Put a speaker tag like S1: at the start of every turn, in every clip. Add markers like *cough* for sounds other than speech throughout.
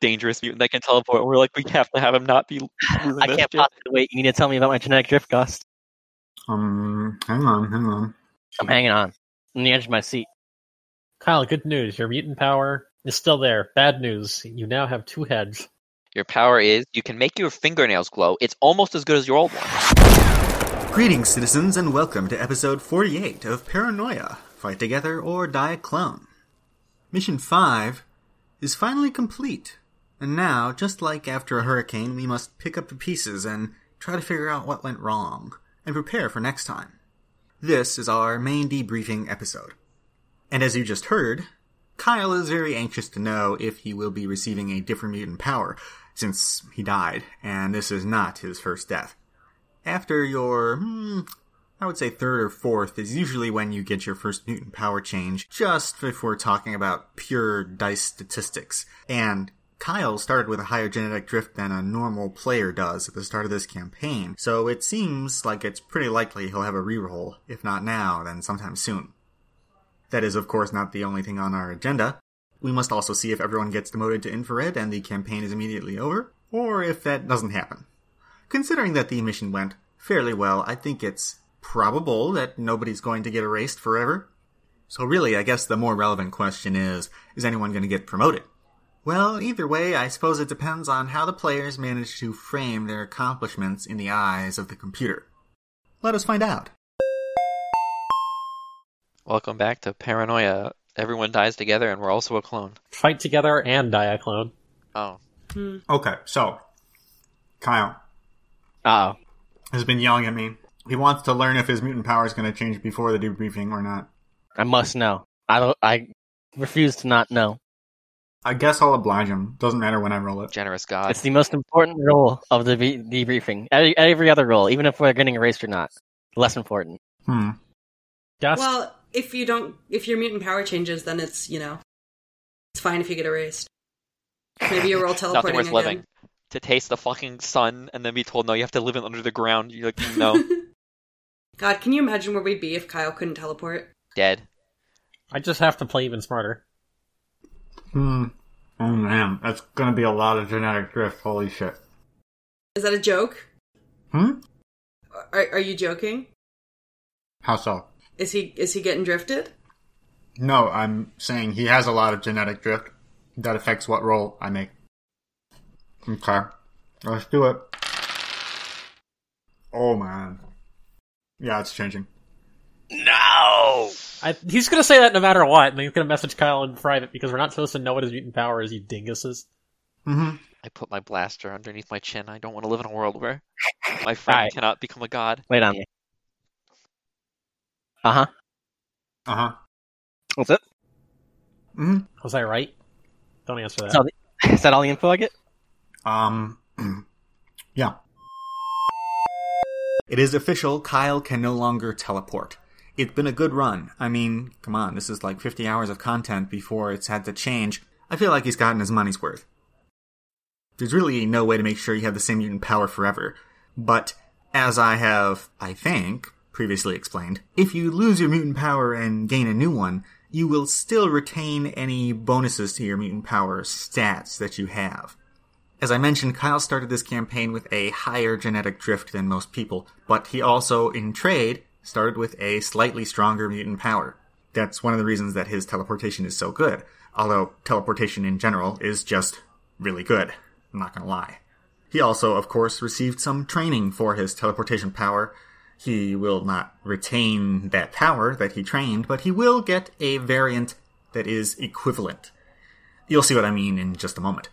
S1: dangerous mutant that can teleport. We're like, we have to have him not
S2: *laughs*
S1: be. ruin
S3: I
S1: this
S3: can't
S1: shit.
S3: possibly wait. You need to tell me about my genetic drift cost.
S4: Um, hang on, hang on.
S3: I'm hanging on. On the edge of my seat.
S5: Kyle, good news. Your mutant power is still there. Bad news. You now have two heads.
S2: Your power is you can make your fingernails glow. It's almost as good as your old one.
S4: Greetings, citizens, and welcome to episode 48 of Paranoia Fight Together or Die a Clone. Mission 5 is finally complete, and now, just like after a hurricane, we must pick up the pieces and try to figure out what went wrong and prepare for next time. This is our main debriefing episode. And as you just heard, Kyle is very anxious to know if he will be receiving a different mutant power, since he died, and this is not his first death after your, hmm, I would say third or fourth is usually when you get your first Newton power change, just if we're talking about pure dice statistics. And Kyle started with a higher genetic drift than a normal player does at the start of this campaign, so it seems like it's pretty likely he'll have a reroll, if not now, then sometime soon. That is, of course, not the only thing on our agenda. We must also see if everyone gets demoted to infrared and the campaign is immediately over, or if that doesn't happen. Considering that the mission went fairly well, I think it's probable that nobody's going to get erased forever. So really, I guess the more relevant question is, is anyone going to get promoted? Well, either way, I suppose it depends on how the players manage to frame their accomplishments in the eyes of the computer. Let us find out.
S1: Welcome back to Paranoia. Everyone dies together, and we're also a clone.
S5: Fight together and Diaclone.
S1: Oh,
S4: Okay, so Kyle
S3: Uh oh.
S4: has been yelling at me. He wants to learn if his mutant power is going to change before the debriefing or not.
S3: I must know. I don't. I refuse to not know.
S4: I guess I'll oblige him. Doesn't matter when I roll it.
S2: Generous God.
S3: It's the most important role of the be- debriefing. Every, every other role, even if we're getting erased or not, less important.
S4: Hmm.
S5: Dust.
S6: Well, if you don't, if your mutant power changes, then it's you know, it's fine if you get erased. Maybe you're all teleporting
S1: nothing worth
S6: again.
S1: living. To taste the fucking sun and then be told, no, you have to live in under the ground. You're like,
S2: *laughs*
S1: no,
S6: God, can you imagine where we'd be if Kyle couldn't teleport?
S2: Dead.
S5: I just have to play even smarter.
S4: Hmm. Oh man, that's gonna be a lot of genetic drift. Holy shit.
S6: Is that a joke?
S4: Hmm.
S6: Are, are you joking?
S4: How so?
S6: Is he is he getting drifted?
S4: No, I'm saying he has a lot of genetic drift. That affects what roll I make. Okay. Let's do it. Oh man. Yeah, it's changing.
S5: I, he's gonna say that no matter what, and he's gonna message Kyle in private because we're not supposed to know what his mutant power is, you dinguses.
S4: Mm-hmm.
S1: I put my blaster underneath my chin. I don't want to live in a world where my friend
S3: Right.
S1: cannot become a god.
S3: Wait on me. Uh huh.
S4: Uh-huh.
S3: That's it.
S4: Mm-hmm.
S5: Was I right? Don't answer that.
S3: So- Is that all the info I get?
S4: Um *clears throat* Yeah. It is official, Kyle can no longer teleport. It's been a good run. I mean, come on, this is like 50 hours of content before it's had to change. I feel like he's gotten his money's worth. There's really no way to make sure you have the same mutant power forever. But as I have, I think, previously explained, if you lose your mutant power and gain a new one, you will still retain any bonuses to your mutant power stats that you have. As I mentioned, Kyle started this campaign with a higher genetic drift than most people, but he also, in trade, started with a slightly stronger mutant power. That's one of the reasons that his teleportation is so good, although teleportation in general is just really good. I'm not gonna lie. He also, of course, received some training for his teleportation power. He will not retain that power that he trained, but he will get a variant that is equivalent. You'll see what I mean in just a moment.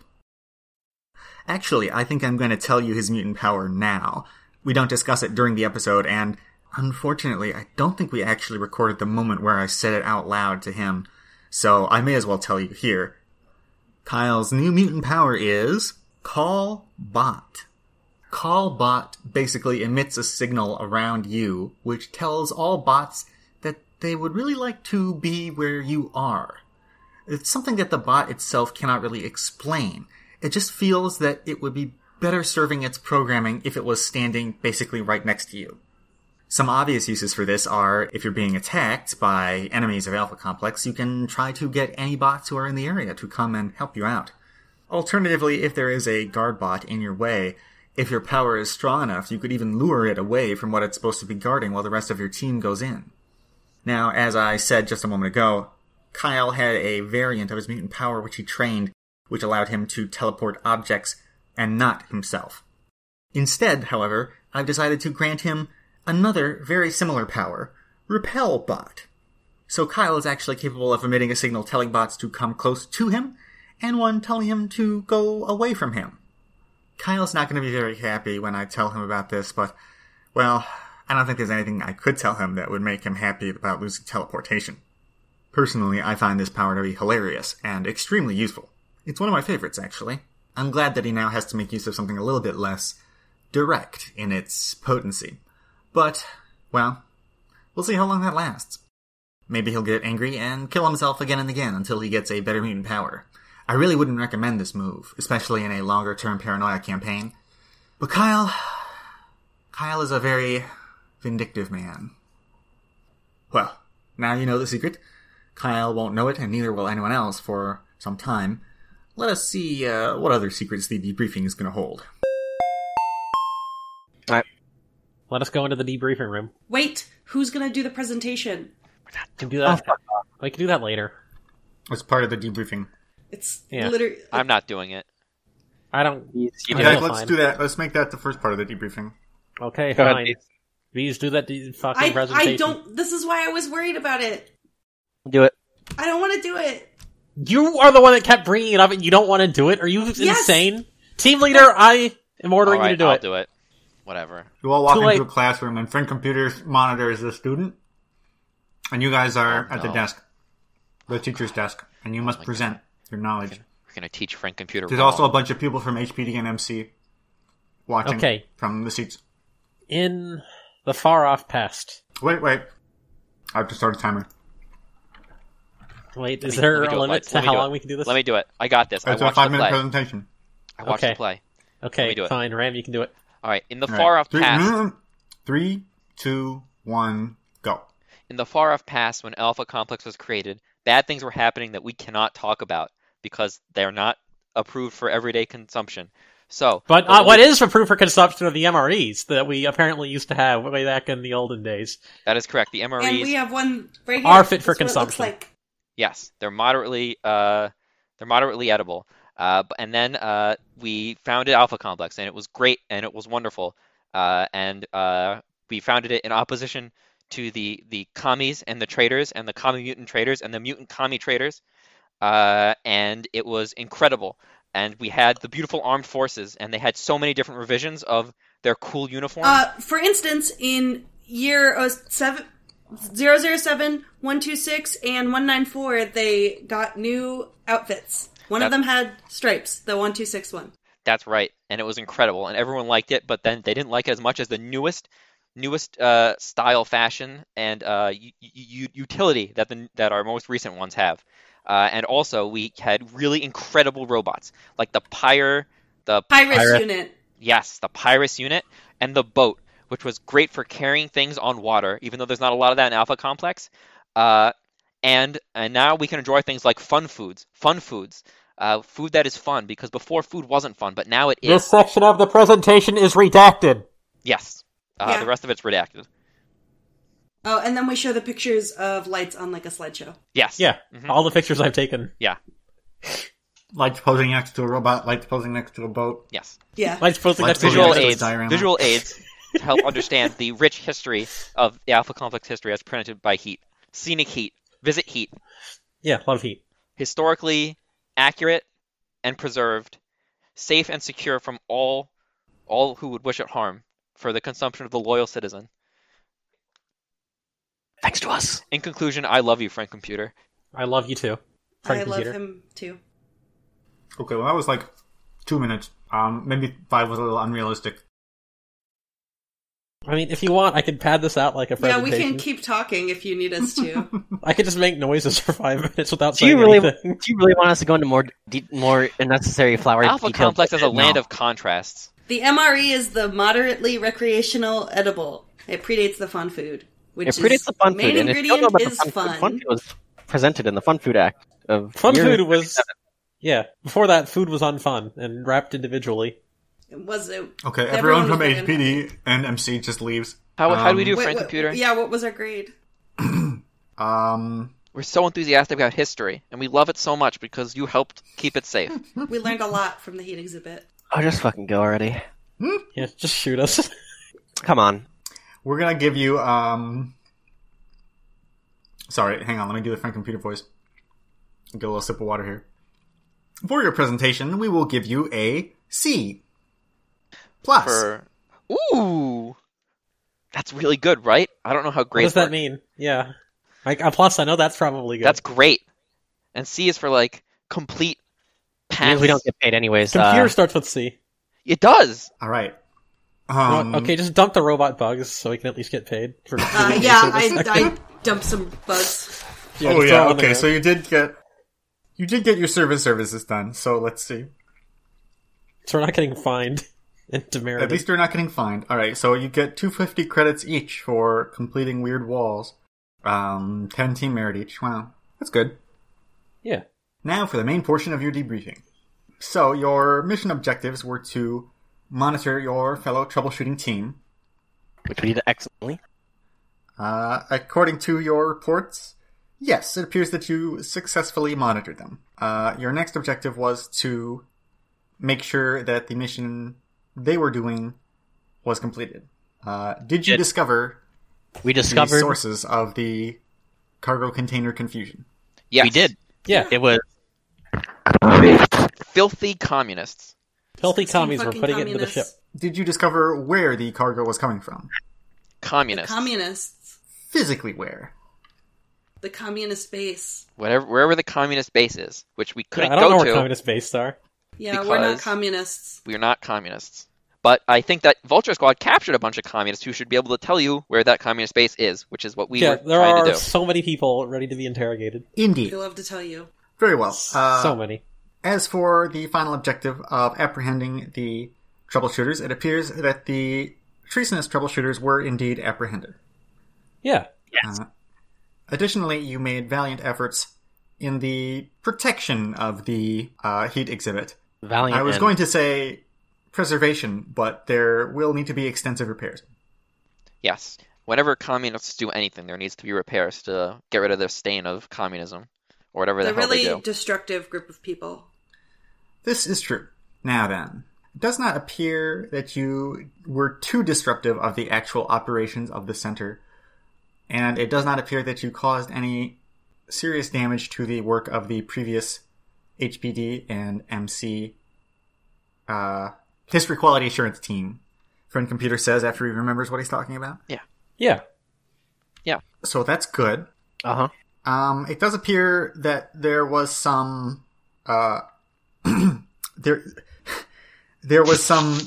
S4: Actually, I think I'm going to tell you his mutant power now. We don't discuss it during the episode, and unfortunately, I don't think we actually recorded the moment where I said it out loud to him, so I may as well tell you here. Kyle's new mutant power is Call Bot. Call Bot basically emits a signal around you, which tells all bots that they would really like to be where you are it's something that the bot itself cannot really explain. It just feels that it would be better serving its programming if it was standing basically right next to you. Some obvious uses for this are if you're being attacked by enemies of Alpha Complex, you can try to get any bots who are in the area to come and help you out. Alternatively, if there is a guard bot in your way, if your power is strong enough, you could even lure it away from what it's supposed to be guarding while the rest of your team goes in. Now, as I said just a moment ago, Kyle had a variant of his mutant power which he trained, which allowed him to teleport objects and not himself. Instead, however, I've decided to grant him another very similar power, Repel Bot. So Kyle is actually capable of emitting a signal telling bots to come close to him, and one telling him to go away from him. Kyle's not going to be very happy when I tell him about this, but, well, I don't think there's anything I could tell him that would make him happy about losing teleportation. Personally, I find this power to be hilarious and extremely useful. It's one of my favorites, actually. I'm glad that he now has to make use of something a little bit less direct in its potency. But, well, we'll see how long that lasts. Maybe he'll get angry and kill himself again and again until he gets a better mutant power. I really wouldn't recommend this move, especially in a longer term paranoia campaign. But Kyle. Kyle is a very vindictive man. Well, now you know the secret. Kyle won't know it, and neither will anyone else for some time. Let us see uh, what other secrets the debriefing is going to hold.
S5: Let us go into the debriefing room.
S6: Wait, who's gonna do the presentation?
S5: We can do that. we can do that later.
S4: It's part of the debriefing.
S6: It's
S5: Yeah.
S6: literally.
S2: I'm not doing it.
S5: I don't.
S4: In
S5: I
S4: fact,
S5: feel
S4: let's
S5: fine.
S4: do that. Let's make that the first part of the debriefing.
S5: Okay,
S3: Go ahead,
S5: fine.
S3: Beats.
S5: Please do that de- fucking
S6: I,
S5: presentation.
S6: I don't. This is why I was worried about it.
S3: Do it.
S6: I don't want to do it.
S5: You are the one that kept bringing it up, and you don't want to do it. Are you
S6: Yes.
S5: insane? Team leader, I am ordering
S2: All right,
S5: you to do
S2: I'll
S5: it.
S2: do it. Whatever.
S4: You all walk
S5: Too
S4: into
S5: late.
S4: the classroom, and friend computer monitors the student, and you guys are
S2: Oh,
S4: at the
S2: no. Oh
S4: desk, the teacher's desk, and you must
S2: my
S4: present your knowledge.
S2: We're gonna teach Frank computer.
S4: There's
S2: wrong.
S4: also a bunch of people from HPD and MC watching
S5: Okay.
S4: from the seats.
S5: In the far off past.
S4: Wait, wait. I have to start a timer.
S5: Wait, is
S2: me-
S5: there
S2: let me do
S5: a
S2: it,
S5: limit
S2: Lex.
S5: to
S2: Let me
S5: how
S2: do it.
S5: long we can do this?
S2: Let me do it. I got this. I
S4: It's a
S2: watched the
S4: five minute
S2: play.
S4: presentation.
S2: I watched
S5: Okay.
S2: the play.
S5: okay,
S2: me do it.
S5: fine. Ram, you can do it.
S2: All right. In the
S4: All right.
S2: far off
S4: Three- mm-hmm.
S2: past.
S4: Three, two, one, go.
S2: In the far off past, when Alpha Complex was created, bad things were happening that we cannot talk about because they're not approved for everyday consumption. So,
S5: But
S2: what
S5: uh,
S2: we-
S5: what is approved for consumption are the MREs that we apparently used to have way back in the olden days?
S2: that is correct. The MREs,
S6: And we have one right here.
S5: Are fit for
S6: That's what it looks
S5: consumption.
S6: like.
S2: yes, they're moderately, uh, they're moderately edible. Uh, b- and then uh, we founded Alpha Complex, and it was great, and it was wonderful. Uh, and uh, we founded it in opposition to the the commies and the traders and the commie mutant traders and the mutant commie traders. uh, and it was incredible. And we had the beautiful armed forces, and they had so many different revisions of their cool uniforms.
S6: Uh, for instance, in year uh, seven, 007, 126, and 194, they got new outfits. One of
S2: That-
S6: them had stripes, the 126 one.
S2: That's right, and it was incredible, and everyone liked it. But then they didn't like it as much as the newest, newest uh, style, fashion, and uh, u- u- utility that the that our most recent ones have. Uh, and also, we had really incredible robots, like the Pyre, the
S6: Pirates
S5: Pirate.
S6: unit.
S2: Yes, the Pyrus unit and the boat, which was great for carrying things on water, even though there's not a lot of that in Alpha Complex. Uh, and and now we can enjoy things like fun foods, fun foods, uh, food that is fun because before food wasn't fun, but now it is.
S5: section of the presentation is redacted.
S2: Yes, uh,
S6: Yeah.
S2: the rest of it's redacted.
S6: Oh, and then we show the pictures of lights on like a slideshow.
S2: Yes.
S5: Yeah,
S2: Mhm.
S5: all the pictures I've taken.
S4: Lights posing next to a robot, lights posing next to a boat.
S2: Yes.
S6: Yeah.
S5: Like supposed to
S4: Like
S5: next to
S2: Visual
S4: next to
S5: yours.
S4: the
S2: aids.
S4: diorama.
S2: Visual aids to help understand the rich history of the Alpha Complex history as printed by Heat. Scenic Heat. Visit Heat.
S5: Yeah, love heat.
S2: historically accurate and preserved, safe and secure from all all who would wish it harm for the consumption of the loyal citizen.
S3: Thanks to us.
S2: In conclusion, I love you, Frank Computer.
S5: I love you too. Frank
S6: I love
S5: Computer.
S6: him too.
S4: Okay, well, that was like two minutes. Um, maybe five was a little unrealistic.
S5: I mean, if you want, I could pad this out like a
S6: Yeah,
S5: presentation.
S6: we can keep talking if you need us to.
S3: *laughs*
S5: I could just make noises for five *laughs* minutes without
S3: Do
S5: saying
S3: you really?
S5: anything.
S3: Do you really want us to go into more de- more unnecessary flower
S2: Alpha
S3: detail?
S2: Complex is a land
S3: No.
S2: of contrasts.
S6: the MRE is the moderately recreational edible. It predates the fun food, which
S3: It predates
S6: is
S3: the fun
S6: main
S3: food, and if you don't know
S6: ingredient
S3: about the
S6: is
S3: fun, food,
S6: fun.
S3: fun food was presented in the fun food act of
S5: Fun
S3: year-
S5: food was Yeah. Before that, food was on fun and wrapped individually.
S6: It was it.
S4: Okay,
S6: Everyone
S4: everyone,
S6: was
S4: from
S6: friggin'
S4: HPD and MC just leaves.
S2: How, how do we do,
S6: Um, Wait,
S2: Frank
S6: what-
S2: Computer?
S6: Yeah, what was our grade?
S4: Um,
S2: We're so enthusiastic about history, and we love it so much because you helped keep it safe.
S6: We learned a lot from the heat exhibit.
S3: Oh, just fucking go already.
S5: Yeah, *laughs* just shoot us.
S3: Come on.
S4: we're gonna give you. Um, sorry, hang on. Let me do the Frank computer voice. Get a little sip of water here. For your presentation, we will give you a C plus.
S2: For ooh, that's really good, right? I don't know how
S5: what
S2: great.
S5: does that mean? Yeah. Like, uh, plus, I know that's probably good.
S2: That's great. And C is for like complete pass.
S3: Means we don't get paid anyways.
S5: Computer
S3: uh,
S5: starts with C.
S2: It does.
S4: All right.
S5: You know
S4: Um,
S5: what? okay, just dump the robot bugs so we can at least get paid. For
S6: Uh, yeah, I, I dumped some bugs.
S4: oh
S5: just throw it
S4: yeah.
S5: on the
S4: Okay.
S5: ground.
S4: So you did get you did get your service services done. So let's see.
S5: So we're not getting fined *laughs* and demerited.
S4: At least you're not getting fined. All right, so you get 250 credits each for completing weird walls. Um, 10 team merit each. Wow, that's good.
S5: yeah.
S4: Now for the main portion of your debriefing. So your mission objectives were to monitor your fellow troubleshooting team.
S3: which we did excellently.
S4: Uh, according to your reports, yes, it appears that you successfully monitored them. Uh, your next objective was to make sure that the mission they were doing was completed. Uh, did you
S3: Did-
S4: discover
S3: We
S4: the
S3: discovered
S4: sources of the cargo container confusion.
S2: Yes.
S3: we did.
S5: Yeah.
S3: It was
S2: Filthy communists.
S5: Healthy commies
S6: Some
S5: were
S6: fucking
S5: putting it into the ship.
S6: communists.
S4: Did you discover where the cargo was coming from?
S6: The
S2: Communists.
S6: communists.
S4: Physically where?
S6: The communist base.
S2: Whatever wherever the communist base is, which we couldn't
S5: Yeah, I don't know
S2: go
S5: where
S2: to.
S5: communist based are.
S6: Yeah, we're not
S2: Because-
S6: communists.
S2: We are not communists. But I think that Vulture Squad captured a bunch of communists who should be able to tell you where that communist base is, which is what we
S5: yeah,
S2: were
S5: there
S2: trying to
S5: are
S2: do.
S5: so many people ready to be interrogated.
S4: Indeed.
S6: They love to tell you.
S4: Very well. Uh,
S5: so many.
S4: as for the final objective of apprehending the troubleshooters, it appears that the treasonous troubleshooters were indeed apprehended.
S5: Yeah.
S4: Additionally, you made valiant efforts in the protection of the uh, heat exhibit.
S3: valiant.
S4: I was
S3: and-
S4: going to say preservation, but there will need to be extensive repairs.
S2: Yes. Whenever communists do anything, there needs to be repairs to get rid of their stain of communism or whatever the
S6: They're
S2: hell
S6: really
S2: they do.
S6: destructive group of people.
S4: This is true. Now then, it does not appear that you were too disruptive of the actual operations of the center, and it does not appear that you caused any serious damage to the work of the previous HPD and MC uh, History Quality Assurance Team. Friend Computer says after he remembers what he's talking about.
S5: Yeah.
S4: So that's good.
S3: Uh huh.
S4: Um, it does appear that there was some uh, *clears throat* there *laughs* there was some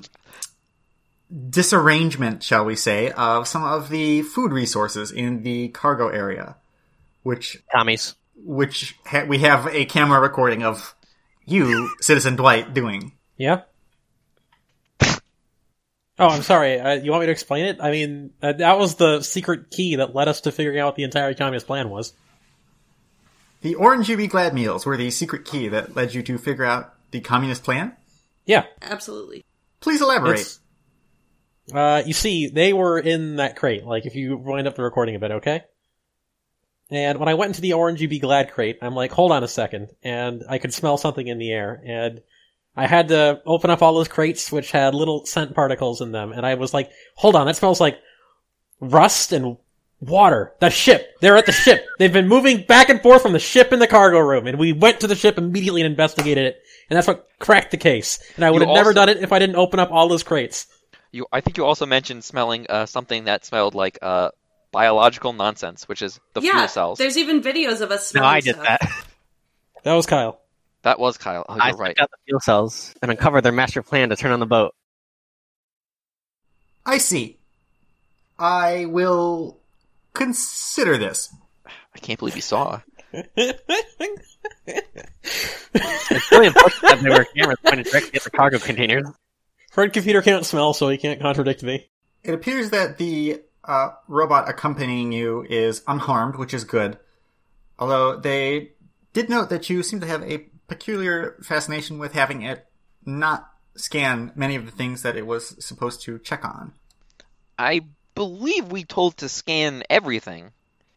S4: disarrangement, shall we say, of some of the food resources in the cargo area, which
S3: Commies.
S4: which ha- we have a camera recording of you, Citizen Dwight, doing.
S5: Yeah. Oh, I'm sorry. Uh, you want me to explain it? I mean, uh, that was the secret key that led us to figuring out what the entire communist plan was.
S4: The orange UB glad meals were the secret key that led you to figure out the communist plan.
S5: Yeah.
S6: Absolutely.
S4: Please elaborate.
S5: It's- Uh, you see, they were in that crate. Like, if you wind up the recording a bit, okay? And when I went into the orange UB Glad crate, I'm like, hold on a second. And I could smell something in the air. And I had to open up all those crates, which had little scent particles in them. And I was like, hold on, that smells like rust and water. The ship! They're at the ship! They've been moving back and forth from the ship in the cargo room. And we went to the ship immediately and investigated it. And that's what cracked the case. And I would have never
S2: also-
S5: done it if I didn't open up all those crates.
S2: You, I think you also mentioned smelling uh, something that smelled like uh, biological nonsense, which is the
S6: yeah,
S2: fuel cells.
S6: there's even videos of us
S3: No,
S6: smelling
S3: I did
S6: stuff.
S3: that.
S5: That was Kyle. *laughs*
S2: That was Kyle. Oh,
S3: I
S2: you're right.
S3: took out the fuel cells and uncovered their master plan to turn on the boat.
S4: I see. I will consider this.
S2: I can't believe you saw.
S3: It's really unfortunate that there were cameras pointed directly at the cargo containers.
S5: Fred computer can't smell, so he can't contradict me.
S4: It appears that the uh, robot accompanying you is unharmed, which is good. Although they did note that you seem to have a peculiar fascination with having it not scan many of the things that it was supposed to check on.
S2: I believe we told to scan everything.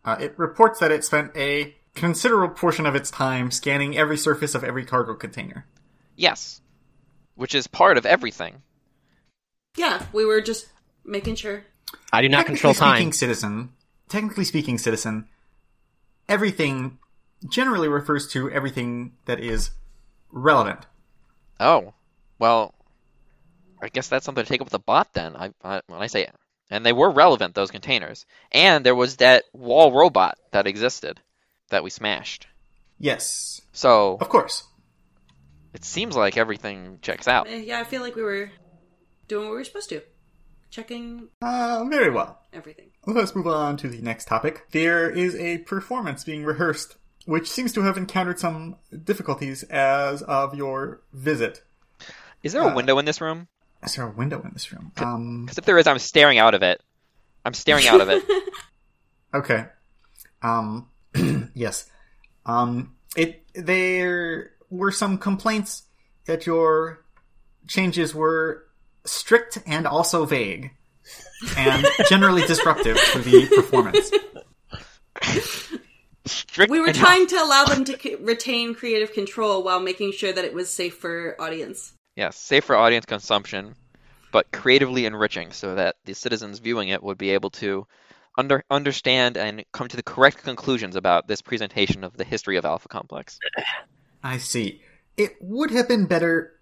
S4: Uh, it reports that it spent a considerable portion of its time scanning every surface of every cargo container.
S2: Yes, which is part of everything.
S6: Yeah, we were just making sure.
S3: I do not control
S4: Technically
S3: time.
S4: Speaking, citizen. Technically speaking, citizen. Everything generally refers to everything that is relevant.
S2: Oh, well, I guess that's something to take up with the bot then. I, I when I say and they were relevant those containers, and there was that wall robot that existed that we smashed.
S4: Yes,
S2: So
S4: of course.
S2: it seems like everything checks out.
S6: Eh, Yeah, I feel like we were doing what we were supposed to, checking
S4: Uh, very well.
S6: everything.
S4: Let's move on to the next topic. There is a performance being rehearsed, which seems to have encountered some difficulties as of your visit.
S2: Is there a
S4: Uh,
S2: window in this room?
S4: Is there a window in this room? Um,
S2: Because if there is, I'm staring out of it. I'm staring out of
S6: *laughs*
S2: it.
S4: Okay. Um, *clears throat* yes. Um, it there were some complaints that your changes were strict and also vague, and generally disruptive to the performance.
S2: Strict
S6: We were
S2: and-
S6: trying to allow them to c- retain creative control while making sure that it was safe for audience.
S2: Yes, safe for audience consumption, but creatively enriching so that the citizens viewing it would be able to under, understand and come to the correct conclusions about this presentation of the history of Alpha Complex.
S4: I see. It would have been better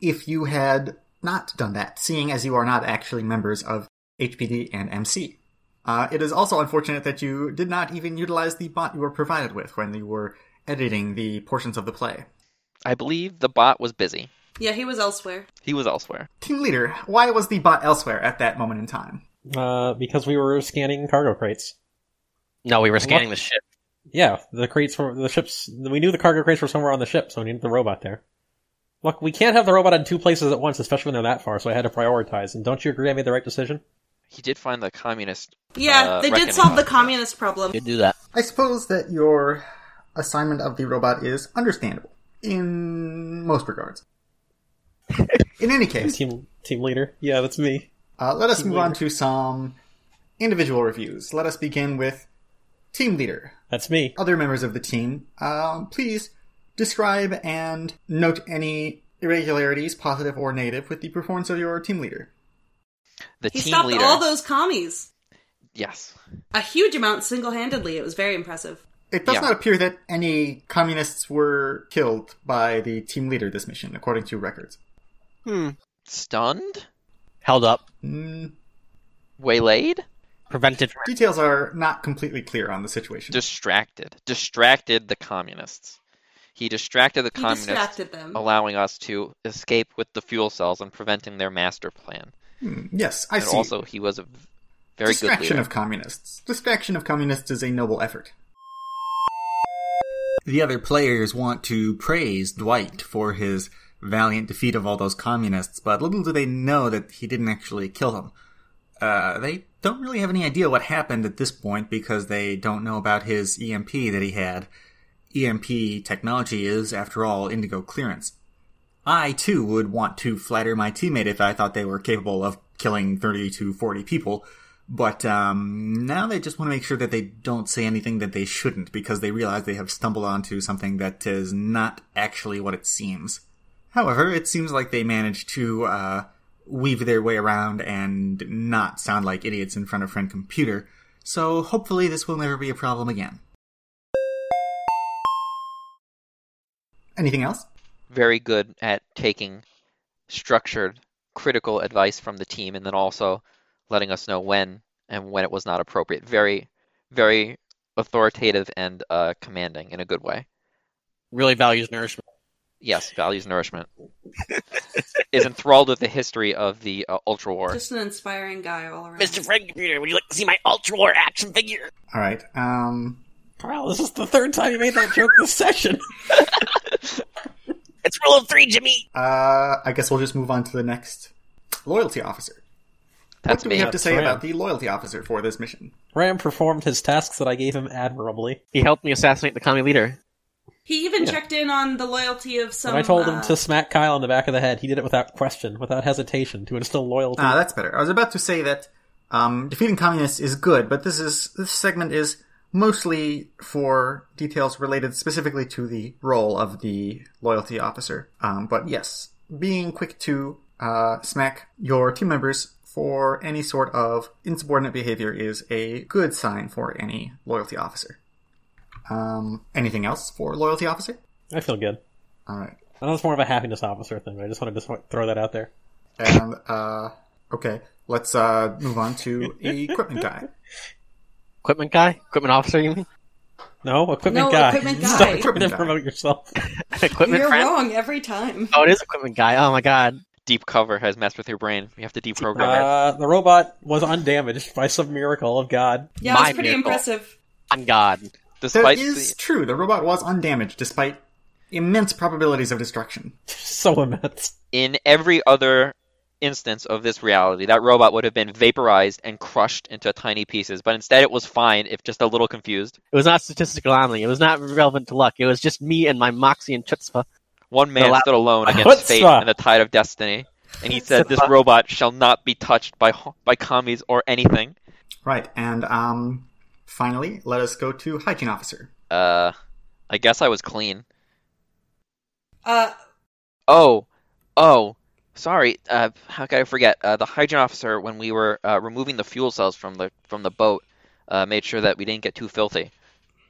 S4: if you had not done that, seeing as you are not actually members of HPD and MC. Uh, it is also unfortunate that you did not even utilize the bot you were provided with when you were editing the portions of the play.
S2: I believe the bot was busy.
S6: Yeah, he was elsewhere.
S2: He was elsewhere.
S4: Team leader, why was the bot elsewhere at that moment in time?
S5: Uh, because we were scanning cargo crates.
S3: No, we were scanning the ship.
S5: Yeah, the crates were the ships. We knew the cargo crates were somewhere on the ship, so we needed the robot there. Look, we can't have the robot in two places at once, especially when they're that far. So I had to prioritize. And don't you agree I made the right decision?
S2: He did find the communist.
S6: Yeah,
S2: uh,
S6: they
S2: reckoning
S6: did solve the
S2: bot.
S6: communist problem.
S3: You do that.
S4: I suppose that your assignment of the robot is understandable in most regards. in any case,
S5: Team team leader. Yeah, that's me.
S4: uh, let us move on to some individual reviews. Let us begin with team leader.
S5: That's me.
S4: Other members of the team, um, please describe and note any irregularities, positive or negative, with the performance of your team leader.
S2: The
S6: He
S2: team
S6: stopped
S2: leader.
S6: all those commies.
S2: Yes.
S6: A huge amount single handedly. It was very impressive.
S4: It does
S2: Yeah.
S4: not appear that any communists were killed by the team leader this mission, according to records.
S3: Hmm.
S2: Stunned?
S3: Held up.
S4: Mm,
S2: Waylaid?
S3: Prevented. from-
S4: details are not completely clear on the situation.
S2: Distracted. Distracted the communists. He distracted the
S6: He
S2: communists,
S6: distracted them.
S2: allowing us to escape with the fuel cells and preventing their master plan.
S4: Hmm, yes, I
S2: and
S4: see.
S2: also he was a v- very good
S4: Distraction
S2: leader.
S4: of communists. Distraction of communists is a noble effort. The other players want to praise Dwight for his valiant defeat of all those communists, but little do they know that he didn't actually kill them. Uh, they don't really have any idea what happened at this point because they don't know about his EMP that he had. EMP technology is, after all, indigo clearance. I too would want to flatter my teammate if I thought they were capable of killing 30 to 40 people, but um, now they just want to make sure that they don't say anything that they shouldn't because they realize they have stumbled onto something that is not actually what it seems. However, it seems like they managed to uh, weave their way around and not sound like idiots in front of friend computer, so hopefully this will never be a problem again. Anything else?
S2: very good at taking structured, critical advice from the team, and then also letting us know when and when it was not appropriate. Very, very authoritative and uh, commanding in a good way.
S3: Really values nourishment.
S2: Yes, values nourishment. Is enthralled with the history of the uh, Ultra War.
S6: Just an inspiring guy all around.
S7: Mr. Friend Computer, would you like to see my Ultra War action figure?
S4: All right. Um,
S5: Carl, this is the third time you made that joke this session. *laughs*
S7: It's rule of three, Jimmy.
S4: uh, I guess we'll just move on to the next loyalty officer.
S2: That's
S4: what do we
S2: me.
S4: have to say
S5: That's right.
S4: about the loyalty officer for this mission?
S5: Ram performed his tasks that I gave him admirably.
S3: He helped me assassinate the commie leader.
S6: He even
S5: Yeah.
S6: checked in on the loyalty of some.
S5: When I told
S6: uh,
S5: him to smack Kyle on the back of the head, he did it without question, without hesitation, to instill loyalty.
S4: Ah, that's better. I was about to say that um, defeating communists is good, but this is this segment is mostly for details related specifically to the role of the loyalty officer. Um, but yes, being quick to uh, smack your team members for any sort of insubordinate behavior is a good sign for any loyalty officer. Um, anything else for loyalty officer?
S5: I feel good.
S4: All right.
S5: I know it's more of a happiness officer thing, but I just wanted to sort of throw that out there.
S4: And uh, okay, let's uh, move on to equipment guy.
S3: Equipment guy? Equipment officer, you mean? *laughs*
S5: No, equipment
S6: No,
S5: guy. *laughs*
S6: equipment guy.
S5: Stop trying
S4: Equipment
S5: to
S4: guy.
S5: promote yourself.
S3: equipment
S6: You're
S3: friend?
S6: wrong every time.
S3: Oh, it is equipment guy. Oh my god.
S2: Deep cover has messed with your brain. We have to deprogram it.
S5: Uh, the robot was undamaged by some miracle of God. *laughs*
S6: Yeah,
S3: My
S6: it's pretty
S3: miracle.
S6: impressive.
S3: On God.
S4: That
S2: Despite
S4: is
S2: the,
S4: true. The robot was undamaged despite immense probabilities of destruction.
S5: So immense.
S2: in every other instance of this reality, that robot would have been vaporized and crushed into tiny pieces. But instead, it was fine, if just a little confused.
S3: It was not statistical anomaly. It was not relevant to luck. It was just me and my moxie and chutzpah.
S2: One man
S3: la-
S2: stood alone
S5: What's
S2: against fate
S5: that?
S2: and the tide of destiny, and he said, "This robot shall not be touched by ho- by commies or anything."
S4: Right, and um, finally, let us go to hygiene officer.
S2: Uh, I guess I was clean.
S6: Uh,
S2: Oh, oh, sorry. Uh, how could I forget? Uh, the hygiene officer, when we were uh, removing the fuel cells from the from the boat, uh, made sure that we didn't get too filthy,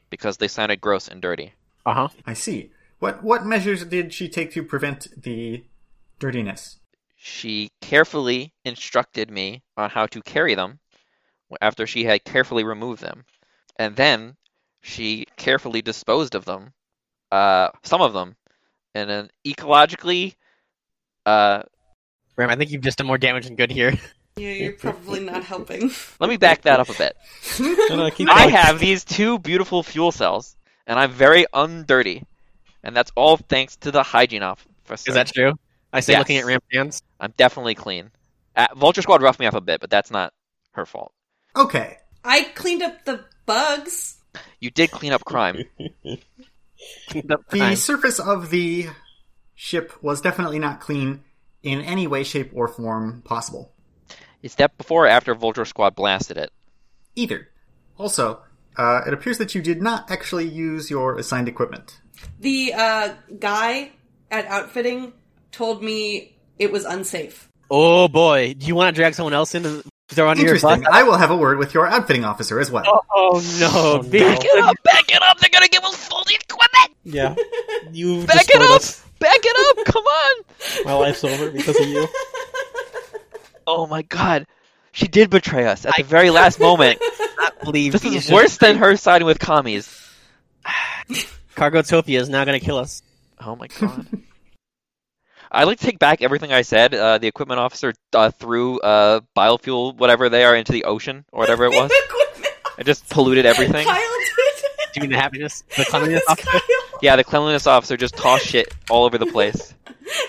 S2: because they sounded gross and dirty.
S3: Uh huh.
S4: I see. What what measures did she take to prevent the dirtiness?
S2: She carefully instructed me on how to carry them after she had carefully removed them, and then she carefully disposed of them, uh, some of them, in an ecologically, uh,
S3: Ram, I think you've just done more damage than good here. *laughs*
S6: yeah, you're probably not helping. *laughs*
S2: let me back that up a bit.
S3: *laughs*
S5: No, no, uh, keep
S2: I
S5: going.
S2: have these two beautiful fuel cells, and I'm very undirty, and that's all thanks to the hygiene officer.
S3: Is that true? I say
S2: Yes.
S3: looking at Ram's *laughs* hands.
S2: I'm definitely clean. Uh, Vulture Squad roughed me up a bit, but that's not her fault.
S4: Okay,
S6: I cleaned up the bugs.
S2: You did clean up crime.
S4: the surface of the ship was definitely not clean in any way, shape, or form possible.
S2: Is that before or after Vulture Squad blasted it?
S4: Either. Also, uh, it appears that you did not actually use your assigned equipment.
S6: The uh, guy at outfitting told me it was unsafe.
S3: Oh boy, do you want to drag someone else in to throw under your bus?
S4: Interesting. I will have a word with your outfitting officer as well.
S3: Oh *laughs* no,
S5: Oh, no.
S3: big-
S7: Get up, back it up. They're going to give us full equipment.
S5: Yeah. You
S2: Back
S5: destroyed
S2: it up!
S5: us.
S2: Back it up! Come on!
S5: My life's over because of you.
S2: *laughs* Oh my god. She did betray us at the
S3: *laughs*
S2: very last moment.
S3: I can't believe
S2: This
S3: these
S2: is
S3: just-
S2: worse than her siding with commies.
S3: Cargotopia is now going to kill us.
S2: Oh my god. I'd like to take back everything I said. Uh, the equipment officer uh, threw uh, biofuel, whatever they are, into the ocean or whatever
S6: *laughs*
S2: it was.
S6: Equipment.
S2: It just polluted
S3: *laughs*
S2: everything.
S6: Kyle did.
S2: *laughs*
S3: Do you mean the happiness,
S6: *laughs*
S3: the cleanliness
S6: It's
S3: officer?
S6: Kyle.
S2: Yeah, the cleanliness officer just tossed shit all over the
S3: *laughs*
S2: place.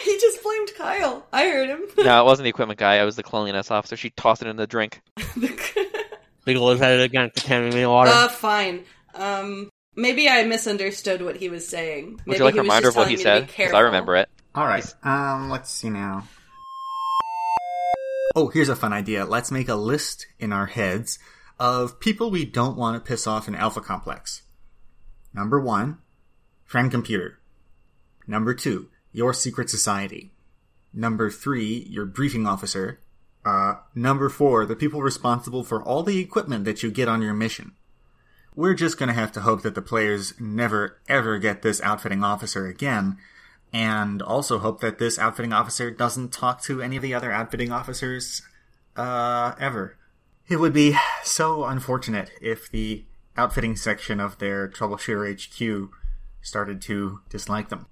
S6: He just blamed Kyle. I heard him. *laughs*
S2: No, it wasn't the equipment guy. It was the cleanliness officer. She tossed it in the drink.
S3: Legal is added again, contaminated water.
S6: uh, fine. Um, maybe I misunderstood what he was saying.
S2: Would
S6: maybe
S2: you like
S6: he
S2: a
S6: was
S2: reminder
S6: just
S2: of what
S6: telling
S2: he
S6: me to be
S2: said? Because I
S6: careful.
S2: remember it.
S4: All right. Um, let's see now. Oh, here's a fun idea. Let's make a list in our heads of people we don't want to piss off in Alpha Complex. Number one, friend computer. Number two, your secret society. Number three, your briefing officer. Uh, number four, the people responsible for all the equipment that you get on your mission. We're just gonna have to hope that the players never ever get this outfitting officer again, and also hope that this outfitting officer doesn't talk to any of the other outfitting officers uh, ever. It would be so unfortunate if the outfitting section of their Troubleshooter HQ started to dislike them.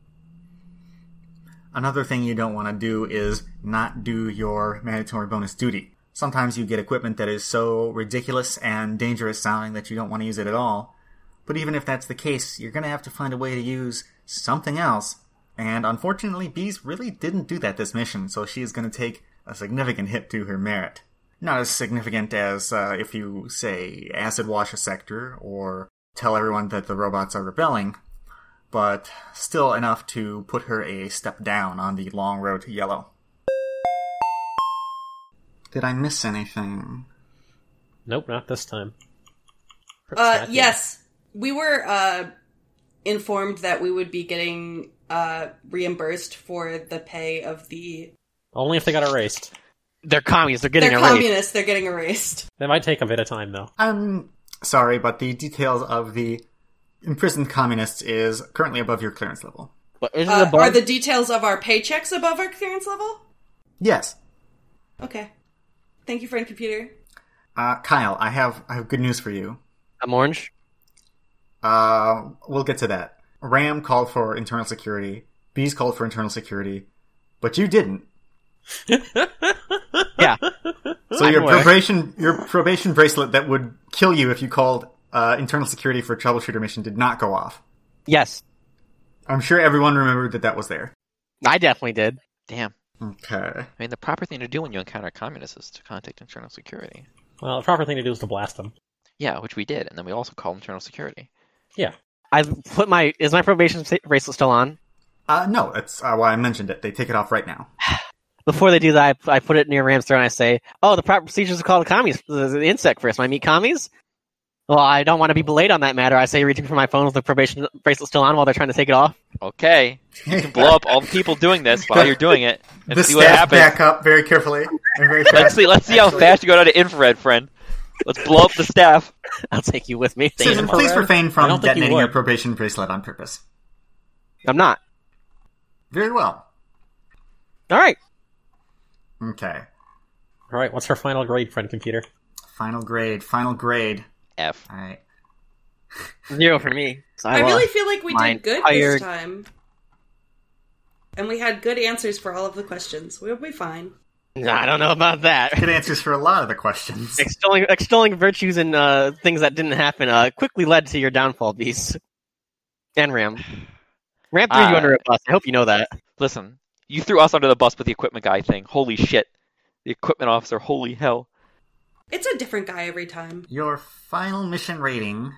S4: Another thing you don't want to do is not do your mandatory bonus duty. Sometimes you get equipment that is so ridiculous and dangerous sounding that you don't want to use it at all. But even if that's the case, you're going to have to find a way to use something else and unfortunately, Bees really didn't do that this mission, so she is going to take a significant hit to her merit. Not as significant as uh, if you, say, acid wash a sector or tell everyone that the robots are rebelling, but still enough to put her a step down on the long road to yellow. Did I miss anything?
S5: Nope, not this time. Perhaps
S6: *laughs* Uh,
S5: not yet.
S6: yes, we were uh, informed that we would be getting uh, reimbursed for the pay of the.
S5: Only if they got erased.
S3: They're commies. They're getting
S6: They're
S3: erased.
S6: communists. They're getting erased.
S5: That might take a bit of time, though.
S4: I'm Um, sorry, but the details of the imprisoned communists is currently above your clearance level.
S3: But isn't
S6: Uh,
S3: the bar-
S6: Are the details of our paychecks above our clearance level?
S4: Yes,
S6: Okay. Thank you, friend computer.
S4: uh, Kyle, I have I have good news for you.
S3: I'm orange.
S4: Uh, we'll get to that. Ram called for internal security. Bees called for internal security, but
S2: *laughs*
S4: you didn't.
S3: Yeah.
S4: So
S3: I'm
S4: your
S3: aware.
S4: probation your probation bracelet that would kill you if you called uh, internal security for a troubleshooter mission did not go off.
S3: Yes,
S4: I'm sure everyone remembered that that was there.
S3: I definitely did.
S2: Damn.
S4: Okay.
S2: I mean, the proper thing to do when you encounter communists is to contact internal security.
S5: Well, the proper thing to do is to blast them.
S2: Yeah, which we did, and then we also called internal security.
S3: I put my is my probation sa- bracelet still on?
S4: Uh, no, that's uh, why I mentioned it. They take it off right now.
S3: Before they do that, I, I put it near Ram's throat and I say, "Oh, the proper procedures are called commies. The, the insect first. I meet commies. Well, I don't want to be belayed on that matter. I say, reaching for my phone with the probation bracelet still on while they're trying to take it off. *laughs*
S2: Okay, you can blow up all the people doing this while you're doing it, and
S4: the
S2: see what
S4: staff
S2: happens.
S4: back up very carefully and very
S2: Let's
S4: fast.
S2: see. Let's see how
S4: Actually-
S2: fast you go down to infrared, friend. Let's blow up the staff.
S3: I'll take you with me.
S4: Susan, please
S5: infrared?
S4: refrain
S5: I
S4: from
S5: don't think you
S4: detonating your
S5: would.
S4: probation bracelet on purpose.
S3: I'm not.
S4: Very well.
S3: All right.
S4: Okay.
S5: All right, what's her final grade, friend computer?
S4: Final grade. Final grade.
S2: F.
S4: All right.
S3: Zero for me. So
S6: I,
S3: will-
S6: really feel like we
S3: my
S6: did good
S3: entire-
S6: this time. And we had good answers for all of the questions. We'll be fine.
S3: Nah, I don't know about that.
S4: Good answers for a lot of the questions.
S3: extolling, extolling virtues and uh, things that didn't happen uh, quickly led to your downfall, Beast. And Ram. Ram threw you
S2: Uh,
S3: under a bus. I hope you know that.
S2: Listen, you threw us under the bus with the equipment guy thing. Holy shit. The equipment officer. Holy hell.
S6: It's a different guy every time.
S4: Your final mission rating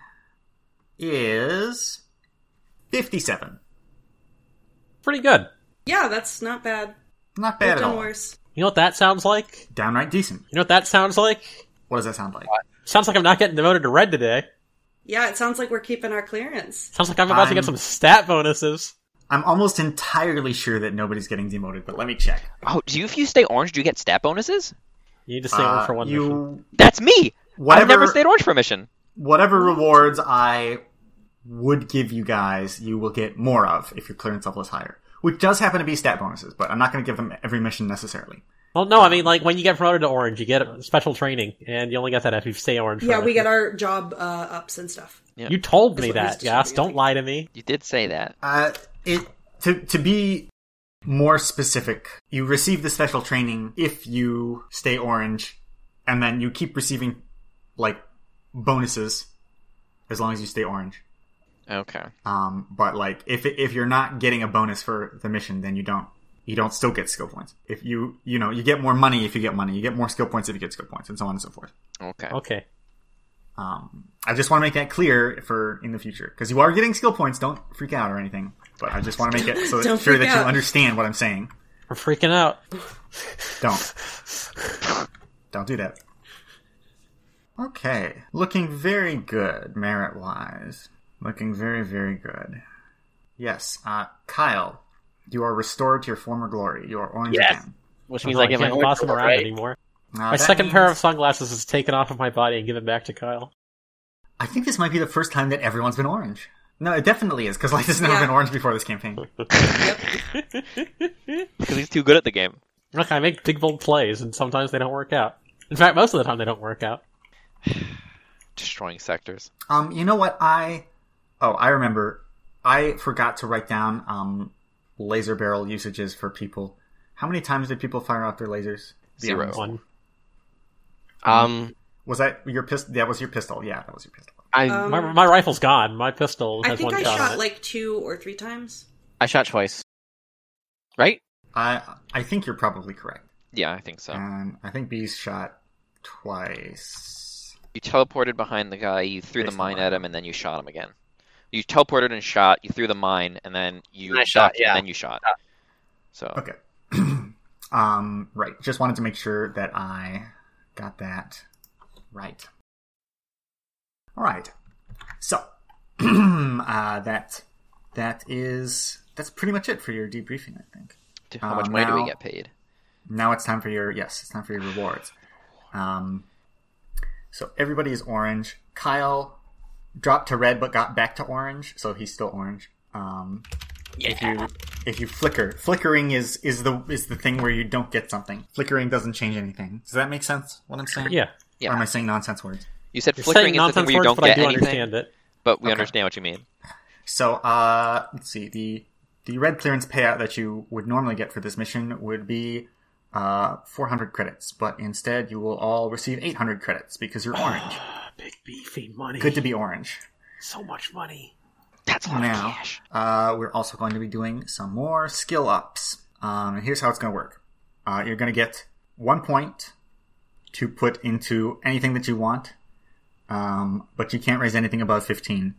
S4: is 57.
S5: Pretty good.
S6: Yeah, that's not bad.
S4: Not
S6: We've
S4: bad at
S6: done
S4: all.
S6: worse.
S5: You know what that sounds like?
S4: Downright decent.
S5: You know what that sounds like?
S4: What does that sound like?
S5: Sounds like I'm not getting demoted to red today.
S6: Yeah, it sounds like we're keeping our clearance.
S5: Sounds like I'm about to
S4: I'm-
S5: get some stat bonuses.
S4: I'm almost entirely sure that nobody's getting demoted, but let me check.
S2: Oh, do you, if you stay orange, do you get stat bonuses?
S5: You need to stay
S4: Uh,
S5: on for one
S4: you,
S5: mission.
S2: That's me. I've never
S4: Whatever,
S2: stayed orange for a mission.
S4: whatever rewards I would give you guys, you will get more of if your clearance level is higher. Which does happen to be stat bonuses, but I'm not going to give them every mission necessarily.
S5: Well, no, I mean, like, when you get promoted to orange, you get special training, and you only get that if you stay orange.
S6: Yeah,
S5: forever.
S6: we get our job uh, ups and stuff.
S2: Yeah.
S5: You told me
S6: That's what
S5: that,
S6: he's
S5: Yas.
S6: distributing.
S5: Don't lie to me.
S2: You did say that.
S4: Uh, it to to be more specific, you receive the special training if you stay orange, and then you keep receiving like bonuses as long as you stay orange.
S2: Okay.
S4: Um, but like if if you're not getting a bonus for the mission, then you don't you don't still get skill points. If you you know you get more money if you get money, you get more skill points if you get skill points, and so on and so forth.
S2: Okay.
S5: Okay.
S4: Um, I just want to make that clear for in the future because you are getting skill points. Don't freak out or anything. But I just want to make it so
S6: *laughs* Don't
S4: that, sure
S6: freak
S4: that you
S6: out.
S4: understand what I'm saying.
S5: We're freaking out.
S4: Don't. Don't do that. Okay. Looking very good, merit wise. Looking very, very good. Yes, uh, Kyle, you are restored to your former glory. You are orange
S3: Yes.
S4: again.
S3: Which means
S5: Oh,
S3: I get my
S5: can't boss him
S3: orange
S5: around
S3: right.
S5: anymore.
S4: Uh,
S5: My
S4: that
S5: second
S4: means-
S5: pair of sunglasses is taken off of my body and given back to Kyle.
S4: I think this might be the first time that everyone's been orange. No, it definitely is, because like this has never
S6: Yeah.
S4: been orange before this campaign.
S2: Because he's too good at the game.
S5: Look, I make big bold plays, and sometimes they don't work out. In fact, most of the time they don't work out.
S2: Destroying sectors.
S4: Um, you know what? I oh, I remember. I forgot to write down um laser barrel usages for people. How many times did people fire out their lasers? The
S2: Zero.
S4: arms.
S5: One.
S3: Um,
S4: Was that your pistol? That was your pistol. Yeah, that was your pistol.
S3: I
S2: uh,
S6: Um,
S5: My, my rifle's gone. My pistol
S6: I
S5: has
S6: think
S5: one
S6: I
S5: shot. on
S6: shot
S5: it.
S6: like two or three times.
S3: I shot twice. Right?
S4: I I think you're probably correct.
S2: Yeah, I think so.
S4: And I think bees shot twice.
S2: You teleported behind the guy, you threw the
S4: Based on
S2: mine
S4: that.
S2: at him, and then you shot him again. You teleported and shot. You threw the mine, and then you
S3: And I shot,
S2: ducked,
S3: yeah.
S2: And then you shot. So
S4: Okay. *clears throat* um, right. Just wanted to make sure that I got that right. All right. So *clears throat* uh, that that is that's pretty much it for your debriefing. I think
S2: t- how
S4: Uh,
S2: much money do
S4: now-
S2: we get paid?
S4: now it's time for your yes. It's time for your rewards. Um, so everybody is orange. Kyle dropped to red but got back to orange, so he's still orange. Um, if you if you flicker flickering is is the is the thing where you don't get something flickering doesn't change anything does that make sense what i'm saying
S5: Yeah.
S2: Yeah.
S4: or am i saying nonsense words
S2: You said
S5: You're
S2: flickering
S5: saying
S2: is the thing
S5: nonsense
S2: where you
S5: words,
S2: don't
S5: but I
S2: get
S5: do
S2: anything,
S5: understand it.
S2: but we
S4: Okay.
S2: understand what you mean.
S4: so uh let's see the the red clearance payout that you would normally get for this mission would be uh 400 credits but instead you will all receive 800 credits because you're orange
S5: Big beefy money.
S4: good to be orange
S5: So much money.
S7: That's a lot
S4: now.
S7: of cash.
S4: Uh, we're also going to be doing some more skill ups. Um, and here's how it's going to work. Uh, you're going to get one point to put into anything that you want, um, but you can't raise anything above 15.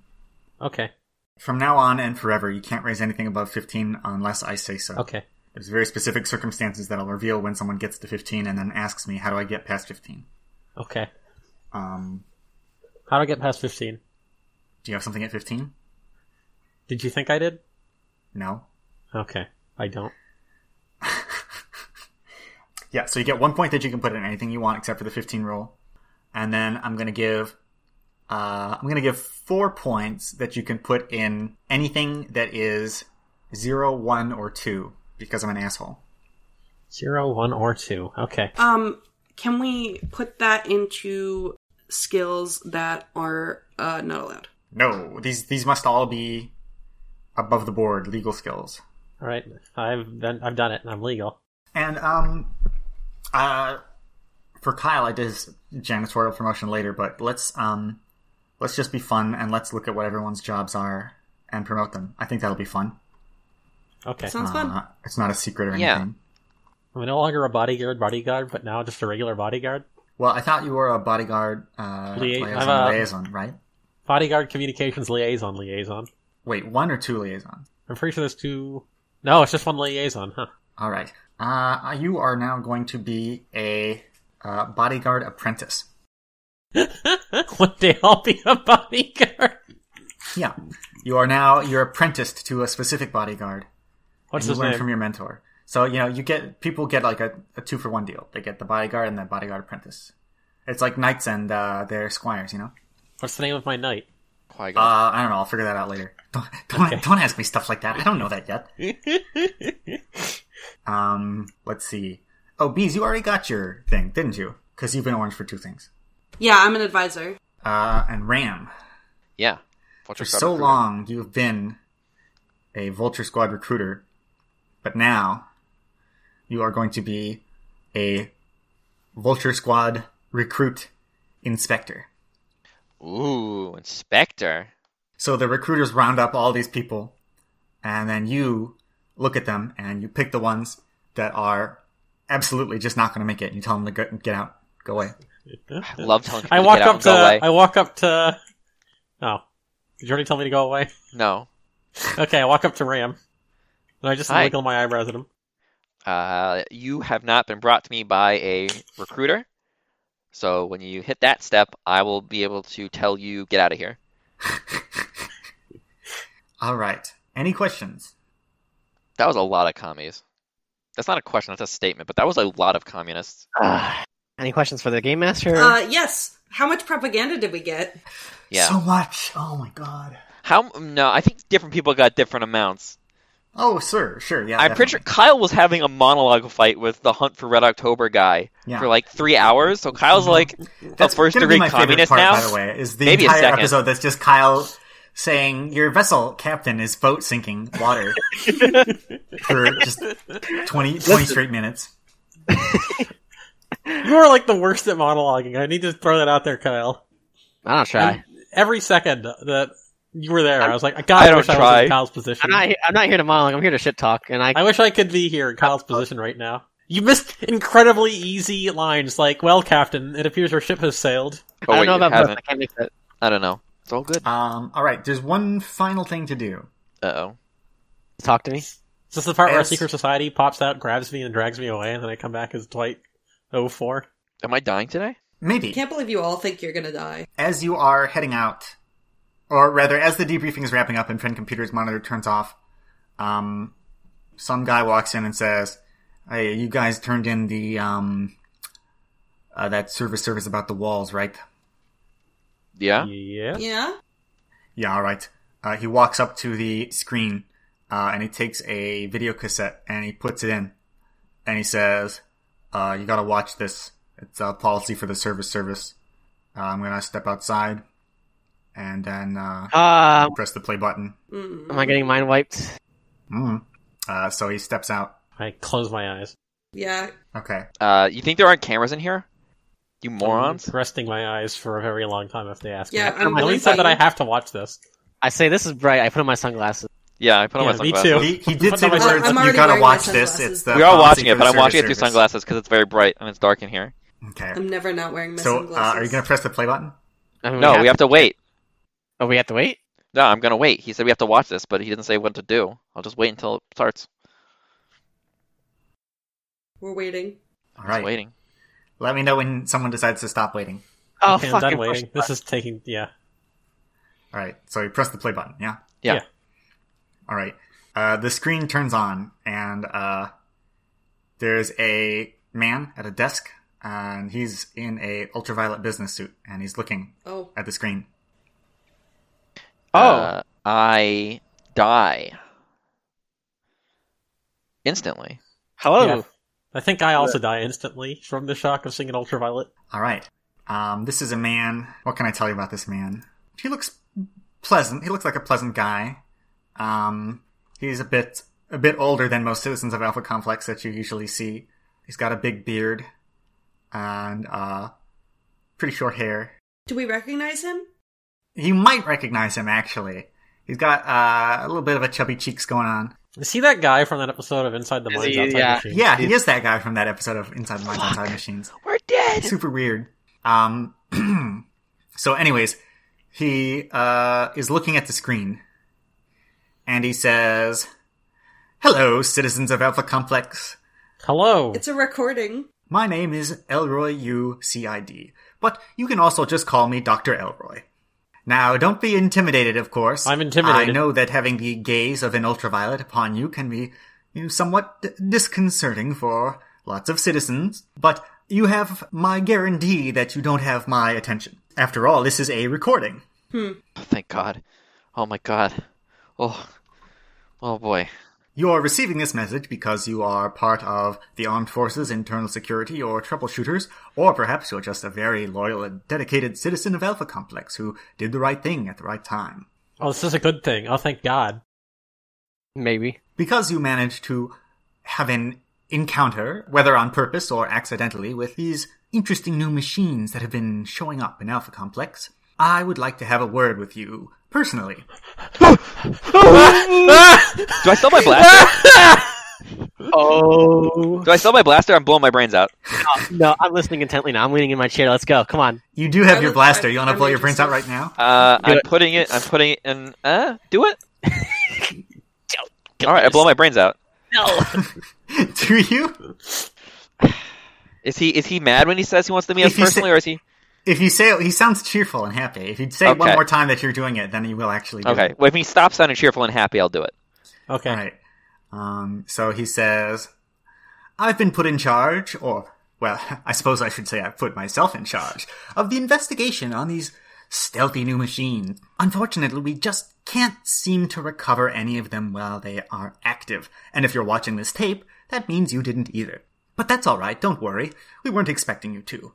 S5: Okay.
S4: From now on and forever, you can't raise anything above 15 unless I say so.
S5: Okay.
S4: There's very specific circumstances that I'll reveal when someone gets to 15 and then asks me, how do I get past 15?
S5: Okay.
S4: Um,
S5: How do I get past 15?
S4: do you have something at 15?
S5: Did you think I did?
S4: No?
S5: Okay. I don't.
S4: Yeah, so you get one point that you can put in anything you want except for the 15 rule. And then I'm going to give uh, I'm going to give 4 points that you can put in anything that is zero, one, or 2 because I'm an asshole.
S5: Zero, one, or two. Okay.
S6: Um, can we put that into skills that are uh, not allowed?
S4: No, these these must all be above the board legal skills.
S5: All right. I've done, I've done it, and I'm legal.
S4: And um uh for Kyle I did his janitorial promotion later, but let's um let's just be fun and let's look at what everyone's jobs are and promote them. I think that'll be fun.
S5: Okay.
S6: Sounds fun.
S4: Uh, it's not a secret or
S2: Yeah.
S4: anything.
S5: I'm no longer a bodyguard bodyguard, but now just a regular bodyguard.
S4: Well, I thought you were a bodyguard uh,
S5: Lia-
S4: liaison,
S5: I'm a-
S4: liaison, right?
S5: Bodyguard communications liaison liaison.
S4: Wait, one or two liaisons?
S5: I'm pretty sure there's two. No, it's just one liaison, huh? *laughs*
S4: All right. Uh, you are now going to be a uh, bodyguard apprentice.
S5: One day I'll be a bodyguard.
S4: Yeah. You are now, you're apprenticed to a specific bodyguard.
S5: What's
S4: and
S5: his
S4: you learn
S5: name?
S4: from your mentor. So, you know, you get, people get like a, a two for one deal. They get the bodyguard and the bodyguard apprentice. It's like knights and uh, their squires, you know?
S5: What's the name of my knight?
S2: Qui-Gon.
S4: Uh, I don't know. I'll figure that out later. Don't, don't, don't ask me stuff like that. I don't know that yet. Um, let's see. Oh, bees, you already got your thing, didn't you? Because you've been orange for two things.
S6: Yeah, I'm an advisor.
S4: Uh, and Ram,
S2: yeah.
S4: for
S2: Vulture Squad
S4: so
S2: recruiter.
S4: long you have been a Vulture Squad recruiter, but now you are going to be a Vulture Squad recruit inspector.
S2: Ooh, inspector.
S4: So the recruiters round up all these people, and then you look at them and you pick the ones that are absolutely just not going to make it. And you tell them to go, get out, go away.
S2: I love telling people
S5: I
S2: to
S5: walk
S2: get out
S5: up
S2: and
S5: to.
S2: go away.
S5: I walk up to. Oh, did you already tell me to go away?
S2: No.
S5: Okay, I walk up to Ram. And I just
S2: Hi.
S5: wiggle my eyebrows at him.
S2: Uh, you have not been brought to me by a recruiter. So when you hit that step, I will be able to tell you get out of here.
S4: All right. Any questions?
S2: That was a lot of commies. That's not a question, that's a statement, but that was a lot of communists. uh,
S3: Any questions for the game master?
S6: Uh, yes. How much propaganda did we get?
S2: Yeah.
S4: So much. Oh my god.
S2: How no, I think different people got different amounts.
S4: Oh, sure, sure, yeah.
S2: I'm pretty sure Kyle was having a monologue fight with the Hunt for Red October guy
S4: Yeah.
S2: for like 3 hours. So Kyle's like
S4: definitely.
S2: a first
S4: gonna be
S2: degree
S4: my favorite
S2: communist
S4: part,
S2: now.
S4: By the way, is the
S2: Maybe a
S4: entire
S2: second.
S4: episode that's just Kyle saying your vessel captain is boat sinking water for just 20, 20 straight minutes.
S5: You are like the worst at monologuing. I need to throw that out there, Kyle.
S3: I don't try.
S5: Every second that you were there, i was like,
S2: I
S5: God, I,
S2: don't
S5: wish I was
S2: try.
S5: in Kyle's position.
S3: I'm not. he- I'm not here to monologue. I'm here to shit talk. And I,
S5: I wish I could be here in Kyle's position right now. You missed incredibly easy lines like, "Well, Captain, it appears your ship has sailed."
S2: Oh,
S3: I
S2: wait,
S3: don't know
S2: it
S3: about both.
S2: hasn't.
S3: I can't make that.
S2: I don't know. It's all good.
S4: Um, all right, there's one final thing to do.
S2: Uh oh.
S3: Talk to me.
S5: Is this the part where a
S4: Yes.
S5: secret society pops out, grabs me, and drags me away, and then I come back as Dwight 04?
S2: Am I dying today?
S4: Maybe.
S6: Can't believe you all think you're gonna die.
S4: as you are heading out, or rather, as the debriefing is wrapping up and Fen Computer's monitor turns off, um, some guy walks in and says, "Hey, you guys turned in the um, uh, that service service about the walls, right?
S2: Yeah.
S5: Yeah.
S6: Yeah?
S4: Yeah, all right." Uh, he walks up to the screen uh, and he takes a video cassette and he puts it in, and he says, uh, "You got to watch this. It's a policy for the service service. Uh, I'm gonna step outside." And then uh,
S3: Uh,
S4: press the play button.
S6: Mm.
S3: am I getting mind wiped?
S4: Mm. Uh, so he steps out.
S5: I close my eyes.
S6: Yeah.
S4: Okay.
S2: Uh, you think there aren't cameras in here? You morons.
S5: I'm resting my eyes for a very long time if they ask
S6: Yeah,
S5: me.
S6: I'm
S5: the
S6: really
S5: only time that I
S6: sorry.
S5: have to watch this.
S3: I say this is bright. I put on my sunglasses.
S2: Yeah, I put on
S5: Yeah,
S2: my
S5: me
S2: sunglasses.
S5: too.
S4: He, he did say the
S5: I'm
S4: words,
S6: already
S4: you gotta
S6: wearing my
S4: watch this.
S6: sunglasses.
S4: It's the
S2: We are watching
S4: policy
S2: it,
S4: for
S2: but I'm
S4: service
S2: watching it through
S4: service.
S2: sunglasses because it's very bright and it's dark in here.
S4: Okay.
S6: I'm never not wearing my
S4: So uh,
S6: sunglasses.
S4: are you gonna press the play button?
S3: I mean,
S2: No, we have to wait.
S3: Oh, we have to wait.
S2: No, I'm gonna wait. He said we have to watch this, but he didn't say what to do. I'll just wait until it starts.
S6: We're waiting.
S4: All
S2: Just
S4: right.
S2: waiting.
S4: Let me know when someone decides to stop waiting.
S3: Oh,
S5: okay, I'm
S3: fucking
S5: done waiting. This is taking. Yeah.
S4: All right. So you press the play button. Yeah.
S2: Yeah.
S5: Yeah.
S4: All right. Uh, the screen turns on, and uh, there's a man at a desk, and he's in a ultraviolet business suit, and he's looking
S6: Oh.
S4: at the screen.
S3: Oh,
S2: Uh, I die instantly.
S3: hello.
S5: Yeah. I think I also die instantly from the shock of seeing an ultraviolet.
S4: All right. Um, this is a man. What can I tell you about this man? He looks pleasant. He looks like a pleasant guy. Um, he's a bit a bit older than most citizens of Alpha Complex that you usually see. He's got a big beard and uh, pretty short hair.
S6: Do we recognize him?
S4: You might recognize him actually. He's got uh, a little bit of a chubby cheeks going on.
S5: Is he that guy from that episode of Inside the
S3: Is
S5: Minds
S3: he-
S5: Outside
S3: yeah.
S5: Machine?
S4: Yeah, he is that guy from that episode of Inside the Minds Outside Machines.
S2: We're dead.
S4: *laughs* super weird. Um, *clears throat* so, anyways, he uh, is looking at the screen, and he says, "Hello, citizens of Alpha Complex. Oh.
S5: Hello.
S6: It's a recording.
S4: My name is Elroy U C I D, but you can also just call me Doctor Elroy." Now, don't be intimidated, of course.
S5: I'm intimidated.
S4: I know that having the gaze of an ultraviolet upon you can be you know, somewhat d- disconcerting for lots of citizens, but you have my guarantee that you don't have my attention. After all, this is a recording.
S2: Thank God. Oh my God. Oh. Oh boy.
S4: You're receiving this message because you are part of the Armed Forces, Internal Security, or Troubleshooters, or perhaps you're just a very loyal and dedicated citizen of Alpha Complex who did the right thing at the right time.
S5: Oh, this is a good thing. Oh, thank God.
S3: Maybe.
S4: Because you managed to have an encounter, whether on purpose or accidentally, with these interesting new machines that have been showing up in Alpha Complex, I would like to have a word with you personally.
S2: Do I sell *laughs* my blaster?
S3: Oh
S2: Do I sell my blaster? I'm blowing my brains out.
S3: *laughs* no, I'm listening intently now. I'm leaning in my chair. Let's go. Come on.
S4: You do have
S6: I
S4: your
S6: would-
S4: blaster.
S6: I-
S4: You want to
S6: I'm
S4: blow your brains out right
S6: interested.
S4: now?
S2: Uh,
S3: Do
S2: I'm
S3: it.
S2: putting it. I'm putting it in. Uh, do it. All right, I blow *laughs* my brains out.
S4: *laughs* do you?
S2: Is he is he mad when he says he wants to meet us
S4: If he
S2: personally,
S4: sa-
S2: or is he
S4: If you say he sounds cheerful and happy, if you say it one
S2: Okay.
S4: more time that you're doing it, then you will actually do
S2: okay?
S4: it.
S2: Well, if he stops sounding cheerful and happy, I'll do it.
S5: Okay.
S4: All right. Um, so he says, I've been put in charge, or, well, *laughs* I suppose I should say I put myself in charge, of the investigation on these stealthy new machines. Unfortunately, we just can't seem to recover any of them while they are active. And if you're watching this tape, that means you didn't either. But that's alright, don't worry. We weren't expecting you to.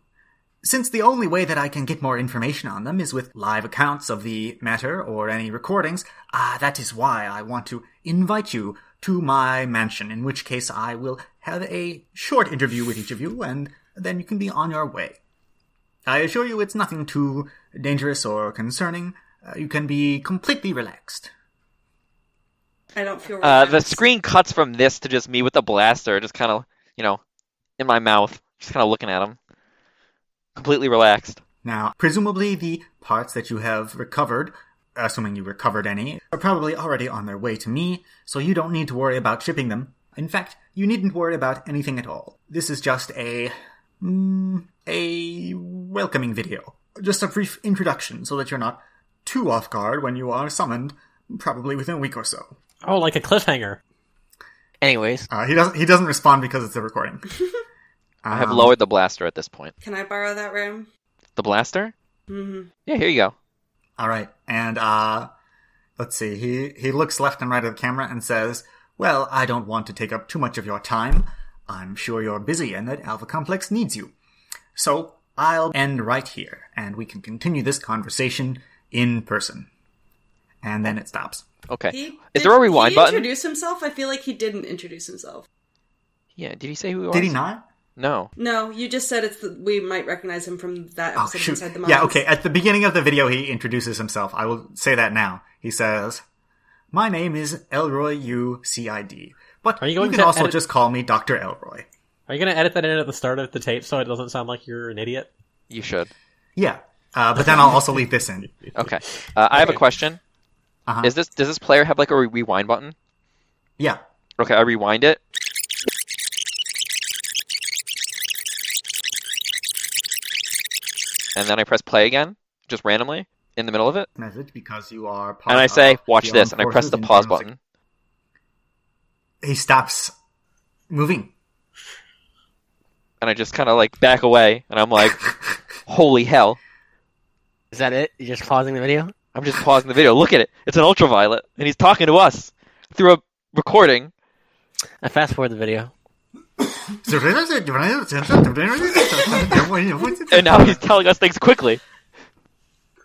S4: Since the only way that I can get more information on them is with live accounts of the matter or any recordings, ah, that is why I want to invite you to my mansion, in which case I will have a short interview with each of you, and then you can be on your way. I assure you it's nothing too dangerous or concerning. Uh, you can be completely relaxed.
S6: I don't feel
S2: Uh,
S6: right.
S2: the screen cuts from this to just me with the blaster, just kind of you know, in my mouth, just kind of looking at him, completely relaxed.
S4: Now, presumably the parts that you have recovered, assuming you recovered any, are probably already on their way to me, so you don't need to worry about shipping them. In fact, you needn't worry about anything at all. This is just a. Mm, a welcoming video. Just a brief introduction so that you're not too off guard when you are summoned, probably within a week or so.
S5: Oh, like a cliffhanger.
S3: Anyways,
S4: Uh, he doesn't. He doesn't respond because it's a recording.
S2: *laughs* I have
S4: Um,
S2: lowered the blaster at this point.
S6: Can I borrow that room?
S2: The blaster?
S6: hmm
S2: Yeah, here you go.
S4: All right, and uh, let's see. He he looks left and right of the camera and says, "Well, I don't want to take up too much of your time. I'm sure you're busy and that Alpha Complex needs you. So I'll end right here, and we can continue this conversation in person." And then it stops.
S2: Okay.
S6: He,
S2: Is there a rewind
S6: he
S2: button?
S6: introduce himself? I feel like he didn't introduce himself.
S2: Yeah, did he say who he was?
S4: Did he not?
S2: No.
S6: No, you just said it's the, we might recognize him from that
S4: Oh
S6: episode of
S4: shoot!
S6: inside the Mountains.
S4: Yeah, okay. At the beginning of the video, he introduces himself. I will say that now. He says, "My name is Elroy U C I D, but
S5: Are you going
S4: can
S5: to
S4: also
S5: edit-
S4: just call me Doctor Elroy."
S5: Are you going to edit that in at the start of the tape so it doesn't sound like you're an idiot?
S2: You should.
S4: Yeah, uh, but then I'll also leave this in.
S2: Okay. Uh, I have a question.
S4: Uh-huh.
S2: Is this does this player have like a re- rewind button?
S4: Yeah,
S2: Okay, I rewind it. And then I press play again, just randomly in the middle of it,
S4: message because you are. Part
S2: and I
S4: of
S2: say,
S4: Oh, the
S2: "Watch this," and
S4: armed
S2: I press
S4: forces
S2: the
S4: in
S2: pause
S4: terms of-
S2: button.
S4: He stops moving.
S2: and I just kind of like back away, and I'm like, *laughs* "Holy hell!"
S3: is that it? You're just pausing the video?
S2: I'm just pausing the video. Look at it; it's an ultraviolet, and he's talking to us through a recording.
S3: I fast forward the video.
S2: *laughs* And now he's telling us things quickly.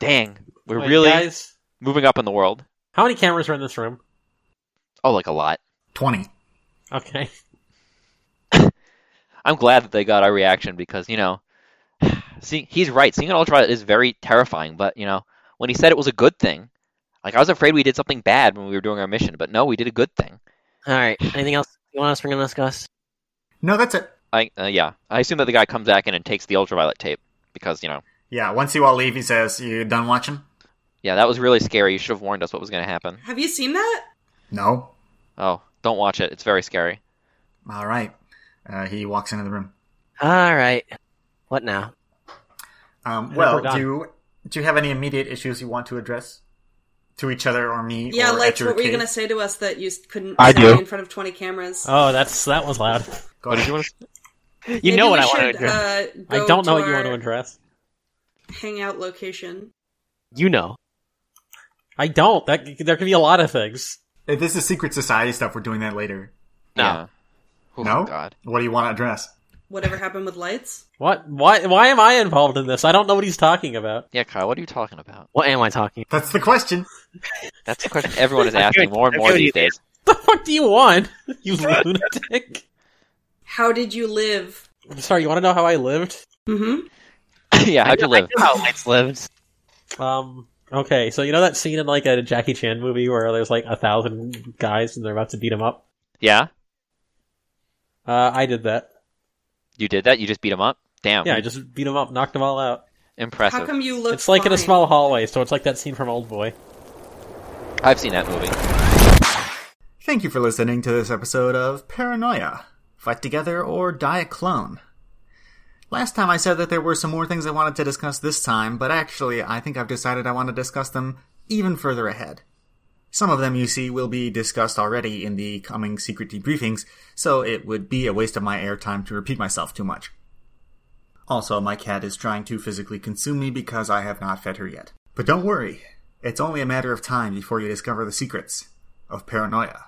S2: Dang, we're
S5: Wait,
S2: really
S5: Guys,
S2: moving up in the world.
S5: how many cameras are in this room?
S2: Oh, like a lot.
S4: Twenty.
S5: Okay. *laughs*
S2: I'm glad that they got our reaction because you know, *sighs* see, he's right. Seeing an ultraviolet is very terrifying. But you know, when he said it was a good thing, like I was afraid we did something bad when we were doing our mission, but no, we did a good thing.
S3: All right. Anything else you want us to discuss?
S4: No, that's it.
S2: I uh, yeah, I assume that the guy comes back in and takes the ultraviolet tape because you know.
S4: Yeah, once you all leave, he says, "You done watching?"
S2: Yeah, that was really scary. You should have warned us what was going to happen.
S6: Have you seen that?
S4: No.
S2: Oh, don't watch it. It's very scary.
S4: All right. Uh, he walks into the room.
S3: All right. What now?
S4: Um,
S5: And
S4: well,
S5: we're done.
S4: do you, do you have any immediate issues you want to address to each other or me?
S6: Yeah,
S4: or
S6: like
S4: at your
S6: what were you
S4: cave?
S6: gonna say to us that you couldn't
S8: I
S6: say
S8: do.
S6: in front of twenty cameras?
S5: Oh, that's that was loud.
S4: Go
S2: What did
S4: ahead.
S2: you want to?
S3: You
S6: Maybe
S3: know
S6: we
S3: what I want to
S6: should,
S3: address.
S6: Uh,
S5: I
S6: go
S5: don't know what you
S6: our
S5: want to address.
S6: Hangout location.
S3: you know.
S5: I don't. That there could be a lot of things.
S4: If this is secret society stuff, we're doing that later.
S2: No. Oh
S4: no.
S2: God.
S4: What do you want to address?
S6: Whatever happened with lights?
S5: What? Why? Why am I involved in this? I don't know what he's talking about. *laughs*
S2: Yeah, Kyle. What are you talking about?
S3: What am I talking?
S4: That's the question.
S2: That's the
S3: *laughs*
S2: question everyone is
S3: I feel
S2: asking
S3: like-
S2: more and
S3: I
S2: more
S3: feel
S2: these
S3: like you-
S2: days.
S5: What the fuck do you want? You lunatic!
S6: How did you live?
S5: I'm sorry. You want to know how I lived?
S6: Mm-hmm.
S2: *laughs* yeah, how'd you
S3: I know-
S2: live?
S3: I know how lights lived.
S5: Um. Okay. So you know that scene in like a Jackie Chan movie where there's like a thousand guys and they're about to beat him up.
S2: Yeah,
S5: Uh, I did that.
S2: you did that. You just beat him up. Damn.
S5: Yeah, I just beat him up, knocked him all out.
S2: Impressive.
S6: How come you look?
S5: it's like in a
S6: fine?
S5: small hallway, so it's like that scene from Old Boy.
S2: I've seen that movie.
S4: Thank you for listening to this episode of Paranoia Fight Together or Die a Clone. Last time I said that there were some more things I wanted to discuss this time, but actually, I think I've decided I want to discuss them even further ahead. Some of them, you see, will be discussed already in the coming secret debriefings, so it would be a waste of my airtime to repeat myself too much. Also, my cat is trying to physically consume me because I have not fed her yet. But don't worry, it's only a matter of time before you discover the secrets of paranoia.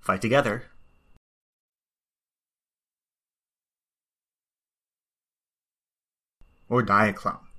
S4: Fight together. Or die a clown.